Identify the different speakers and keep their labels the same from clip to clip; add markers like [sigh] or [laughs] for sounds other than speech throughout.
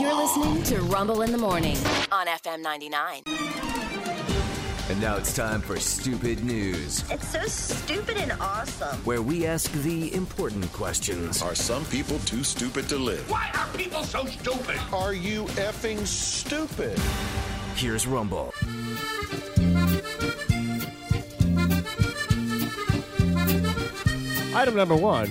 Speaker 1: You're listening to Rumble in the Morning on FM 99.
Speaker 2: And now it's time for Stupid News,
Speaker 3: It's so stupid and awesome.
Speaker 2: where we ask the important questions.
Speaker 4: Are some people too stupid to live?
Speaker 5: Why are people so stupid?
Speaker 6: Are you effing stupid?
Speaker 2: Here's Rumble.
Speaker 7: Item number one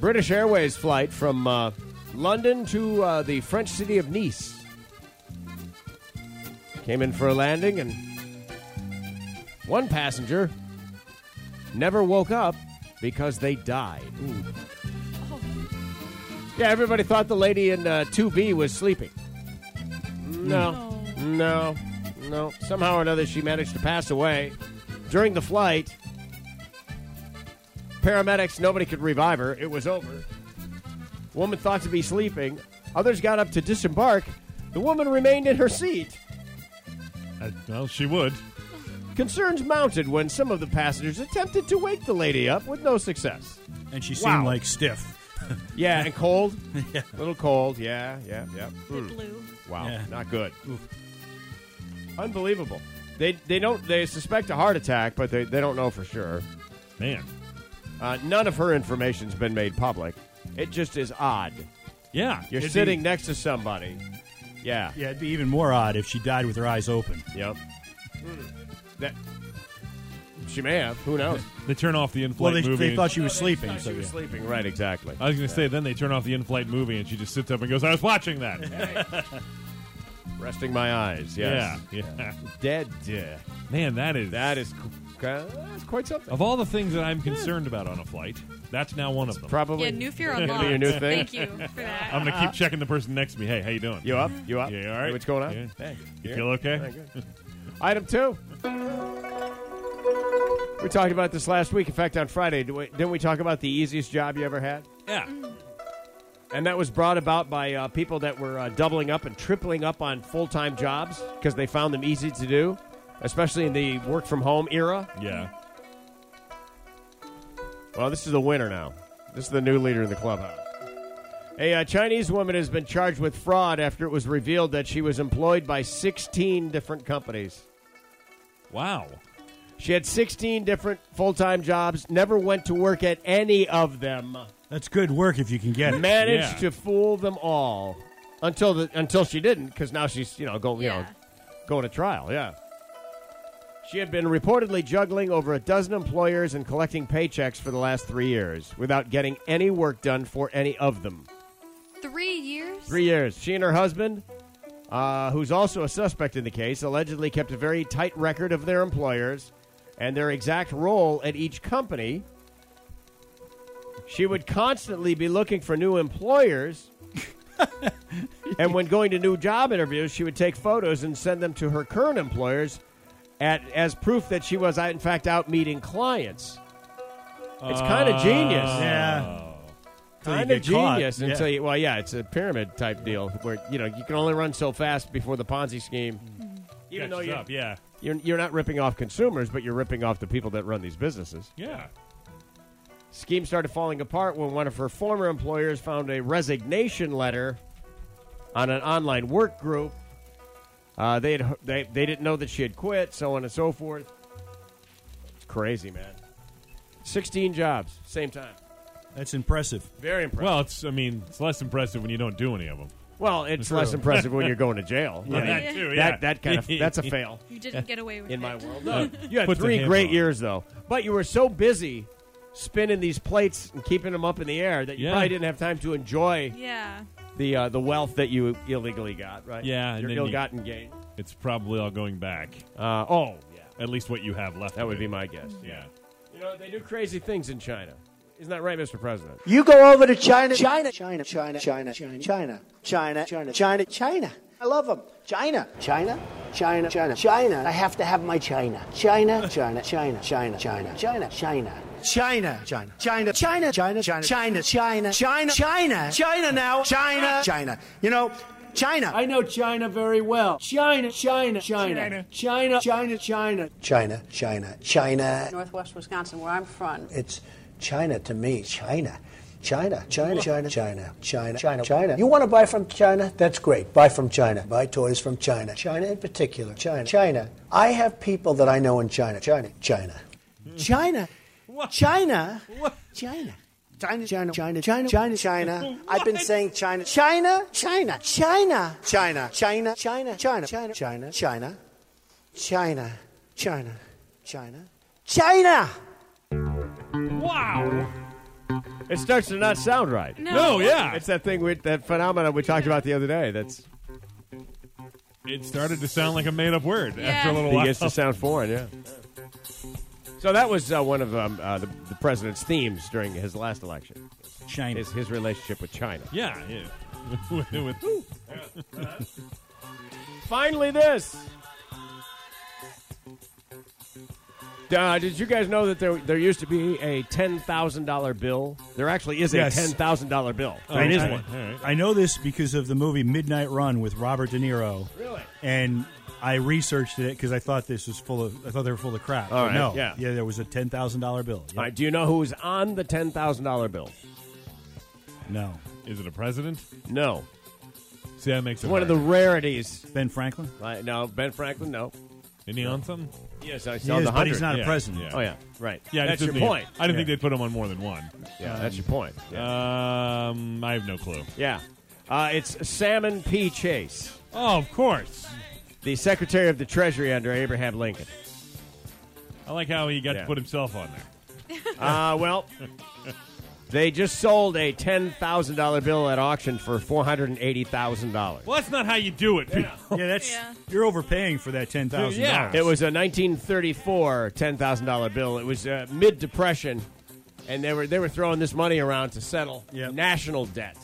Speaker 7: British Airways flight from uh, London to uh, the French city of Nice. Came in for a landing, and one passenger never woke up because they died. Yeah, everybody thought the lady in uh, 2B was sleeping. No. No. No. Somehow or another, she managed to pass away during the flight. Paramedics, nobody could revive her. It was over. Woman thought to be sleeping. Others got up to disembark. The woman remained in her seat.
Speaker 8: Uh, well, she would.
Speaker 7: Concerns mounted when some of the passengers attempted to wake the lady up with no success.
Speaker 8: And she seemed
Speaker 7: Wow.
Speaker 8: like stiff.
Speaker 7: Yeah, and cold.
Speaker 8: [laughs]
Speaker 7: A little cold. Yeah, yeah, yeah. Mm.
Speaker 9: Blue.
Speaker 7: Wow,
Speaker 8: Yeah.
Speaker 7: not good. Unbelievable. They they don't they suspect a heart attack, but they, they don't know for sure.
Speaker 8: Man.
Speaker 7: Uh, none of her information's been made public. It just is odd.
Speaker 8: Yeah.
Speaker 7: You're
Speaker 8: It'd be-
Speaker 7: sitting next to somebody. Yeah.
Speaker 8: yeah, it'd be even more odd if she died with her eyes open.
Speaker 7: Yep. That she may have. Who
Speaker 10: [laughs]
Speaker 7: knows?
Speaker 10: They turn off the in-flight
Speaker 8: Well, they,
Speaker 10: movie.
Speaker 8: they thought she was sleeping. so
Speaker 7: she was
Speaker 8: yeah.
Speaker 7: sleeping. Right. Exactly.
Speaker 10: I was going to say, then they turn off the in-flight movie, and she just sits up and goes, "I was
Speaker 7: [laughs]
Speaker 10: watching that."
Speaker 7: Resting my eyes.
Speaker 10: yeah,
Speaker 7: Yes.
Speaker 10: yeah.
Speaker 7: Dead.
Speaker 10: Man, that is
Speaker 7: That is qu- that's quite something.
Speaker 10: of all the things that I'm concerned about on a flight. That's now one of them.
Speaker 7: Probably.
Speaker 9: Yeah, new
Speaker 10: [laughs]
Speaker 9: fear
Speaker 7: Gonna be
Speaker 9: unlocked.
Speaker 7: your new thing?
Speaker 9: Thank you for that.
Speaker 10: I'm going to keep checking the person next to me. Hey, how you doing?
Speaker 7: Uh-huh. You up? You up?
Speaker 10: Yeah, you all right.
Speaker 7: What's going on?
Speaker 10: Yeah.
Speaker 7: Hey,
Speaker 10: You
Speaker 7: yeah.
Speaker 10: feel okay?
Speaker 7: Item two. We talked about this last week. In fact, on Friday, didn't we- didn't we talk about the easiest job you ever had?
Speaker 10: Yeah.
Speaker 7: And that was brought about by uh, people that were uh, doubling up and tripling up on full time jobs because they found them easy to do, especially in the work from home era.
Speaker 10: Yeah.
Speaker 7: Well, this is the winner now. This is the new leader in the clubhouse. A uh, Chinese woman has been charged with fraud after it was revealed that she was employed by 16 different companies.
Speaker 10: Wow.
Speaker 7: She had 16 different full time jobs, never went to work at any of them,
Speaker 8: That's good work if you can get it.
Speaker 7: [laughs] managed
Speaker 10: Yeah.
Speaker 7: to fool them all until the, until she didn't, because now she's you know going you know
Speaker 9: Yeah.
Speaker 7: going to trial. Yeah, she had been reportedly juggling over a dozen employers and collecting paychecks for the last three years without getting any work done for any of them.
Speaker 9: Three years?
Speaker 7: Three years. She and her husband, uh, who's also a suspect in the case, allegedly kept a very tight record of their employers and their exact role at each company. She would constantly be looking for new employers. and when going to new job interviews, she would take photos and send them to her current employers at, as proof that she was, in fact, out meeting clients. It's kind of genius
Speaker 10: Uh,
Speaker 8: Yeah. Till you
Speaker 7: kind of
Speaker 8: get caught.
Speaker 7: genius
Speaker 8: Yeah.
Speaker 7: until you well yeah it's a pyramid type deal where you know you can only run so fast before the ponzi scheme even though
Speaker 10: Catches
Speaker 7: you're,
Speaker 10: up. Yeah.
Speaker 7: you're you're not ripping off consumers but you're ripping off the people that run these businesses
Speaker 10: Yeah.
Speaker 7: scheme started falling apart when one of her former employers found a resignation letter on an online work group uh, they, had, they they didn't know that she had quit so on and so forth it's crazy man 16 jobs same time
Speaker 8: That's impressive.
Speaker 7: very impressive
Speaker 10: Well, it's. I mean, it's less impressive when you don't do any of them.
Speaker 7: Well, it's
Speaker 8: True.
Speaker 7: less impressive when [laughs] you're going to jail. I mean,
Speaker 10: that too. Yeah.
Speaker 7: that that kind [laughs] of that's a fail
Speaker 9: You didn't get away with
Speaker 7: in
Speaker 9: it.
Speaker 7: my world. No, you had
Speaker 10: Put the
Speaker 7: three
Speaker 10: hammer
Speaker 7: great
Speaker 10: on.
Speaker 7: years though, but you were so busy spinning these plates and keeping them up in the air that you
Speaker 10: Yeah.
Speaker 7: probably didn't have time to enjoy
Speaker 9: Yeah.
Speaker 7: the uh, the wealth that you illegally got. Right?
Speaker 10: Yeah, and
Speaker 7: your
Speaker 10: then you-
Speaker 7: ill-gotten gain.
Speaker 10: It's probably all going back.
Speaker 7: Uh, oh, yeah,
Speaker 10: At least what you have left.
Speaker 7: that
Speaker 10: of
Speaker 7: would be
Speaker 10: it.
Speaker 7: my guess.
Speaker 10: Yeah.
Speaker 7: You know, they do crazy things in China. Isn't that right, Mr. President?
Speaker 6: You go over to China, China, China, China, China, China, China, China, China, China, China. I love them. China, China, China, China, China. I have to have my China. China, China, China, China, China, China, China. China, China, China, China, China, China, China, China, China, China, China now, China, China. You know, China. I know China very well. China, China, China, China, China, China, China, China, China.
Speaker 11: Northwest Wisconsin, where I'm from.
Speaker 6: It's China to me. China. China, China, China, China, China, China, China. You want to buy from China? That's great. Buy from China. Buy toys from China. China in particular. China, China. I have people that I know in China. China, China, China, China, China. China, China, China, China, China, China. I've been saying China, China, China, China, China, China, China, China, China, China, China, China, China, China, China.
Speaker 10: Wow.
Speaker 7: It starts to not sound right.
Speaker 9: No.
Speaker 10: No, Oh, yeah.
Speaker 7: It's that thing with that phenomenon we talked about the other day. That's
Speaker 10: It started to sound like a made up word
Speaker 9: Yeah.
Speaker 10: after a little while.
Speaker 7: begins to sound foreign. Yeah. So that was uh, one of um, uh, the, the president's themes during his last election.
Speaker 8: China.
Speaker 7: Is his relationship with China.
Speaker 10: Yeah, [laughs] yeah. With- with-
Speaker 7: Finally, this. Uh, did you guys know that there there used to be a ten thousand dollar bill? There actually is
Speaker 8: Yes.
Speaker 7: a ten thousand dollar bill.
Speaker 10: Oh,
Speaker 8: It is
Speaker 10: all right,
Speaker 8: one.
Speaker 10: all right.
Speaker 8: I know this because of the movie Midnight Run with Robert De Niro.
Speaker 7: Really?
Speaker 8: And I researched it because I thought this was full of. I thought they were full of crap.
Speaker 7: All right,
Speaker 8: No.
Speaker 7: yeah.
Speaker 8: Yeah. There was a ten thousand dollar bill. Yep.
Speaker 7: All right. Do you know who's on the ten thousand dollar bill?
Speaker 8: No.
Speaker 10: Is it a president?
Speaker 7: No.
Speaker 10: See, that makes
Speaker 7: It's
Speaker 10: it
Speaker 7: one of the
Speaker 10: hard.
Speaker 7: rarities.
Speaker 8: Ben Franklin.
Speaker 7: Like, no, Ben Franklin. No.
Speaker 10: Isn't he on something?
Speaker 7: Yes, I
Speaker 8: He
Speaker 7: saw
Speaker 8: is,
Speaker 7: the
Speaker 8: but he's
Speaker 7: hundred.
Speaker 8: not
Speaker 10: yeah,
Speaker 8: a president.
Speaker 10: yeah.
Speaker 7: Oh yeah, right.
Speaker 10: Yeah, I
Speaker 7: that's
Speaker 10: just
Speaker 7: your
Speaker 10: didn't think-
Speaker 7: point.
Speaker 10: I didn't think
Speaker 8: Yeah.
Speaker 10: they put him on more than one.
Speaker 7: Yeah,
Speaker 8: Uh,
Speaker 7: that's your point. Yeah.
Speaker 10: Um, I have no clue.
Speaker 7: yeah. Uh, it's Salmon P. Chase,
Speaker 10: Oh, of course.
Speaker 7: the Secretary of the Treasury under Abraham Lincoln.
Speaker 10: I like how he got
Speaker 7: Yeah.
Speaker 10: to put himself on there.
Speaker 7: Uh, well, they just sold a ten thousand dollar bill at auction for four hundred and eighty thousand dollars.
Speaker 10: Well, that's not how you do it. people.
Speaker 8: Yeah, that's
Speaker 9: Yeah.
Speaker 8: you're overpaying for that ten thousand.
Speaker 10: Yeah.
Speaker 7: It was a 1934 ten thousand dollar bill. It was uh, mid Depression, and they were they were throwing this money around to settle
Speaker 8: Yep.
Speaker 7: national debt,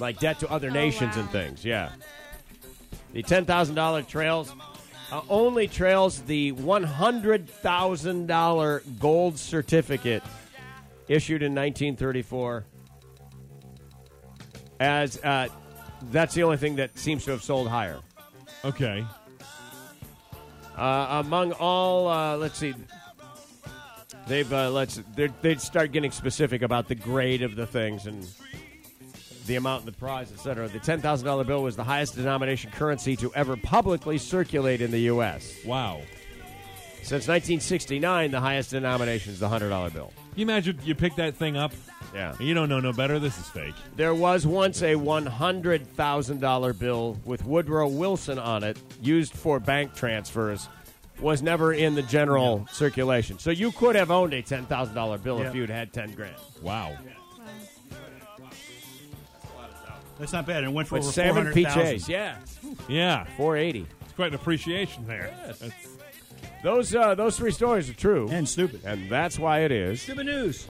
Speaker 7: like debt to other nations and
Speaker 9: wow.
Speaker 7: things. Yeah, the ten thousand dollar trails uh, only trails the one hundred thousand dollar gold certificate issued in 1934 as. Uh, that's the only thing that seems to have sold higher.
Speaker 10: Okay.
Speaker 7: Uh, among all, uh, let's see, they've uh, let's they're- they'd start getting specific about the grade of the things and the amount, and the prize, etc. The ten thousand dollar bill was the highest denomination currency to ever publicly circulate in the U.S.
Speaker 10: Wow.
Speaker 7: Since 1969, the highest denomination is the hundred dollar bill.
Speaker 10: You imagine you pick that thing up.
Speaker 7: Yeah.
Speaker 10: and You don't know no better. This is fake.
Speaker 7: There was once a one hundred thousand dollar bill with Woodrow Wilson on it, used for bank transfers, was never in the general circulation. So you could have owned a ten thousand dollar bill
Speaker 8: Yeah.
Speaker 7: if you'd had ten grand.
Speaker 10: Wow.
Speaker 8: That's not bad. It went for
Speaker 7: But
Speaker 8: over
Speaker 7: seven
Speaker 8: 400,000.
Speaker 7: PJs, yeah,
Speaker 10: Yeah.
Speaker 7: four eighty.
Speaker 10: It's quite an appreciation there. That's-
Speaker 7: Those uh, those three stories are true,
Speaker 8: and stupid.
Speaker 7: and that's why it is
Speaker 8: Stupid news.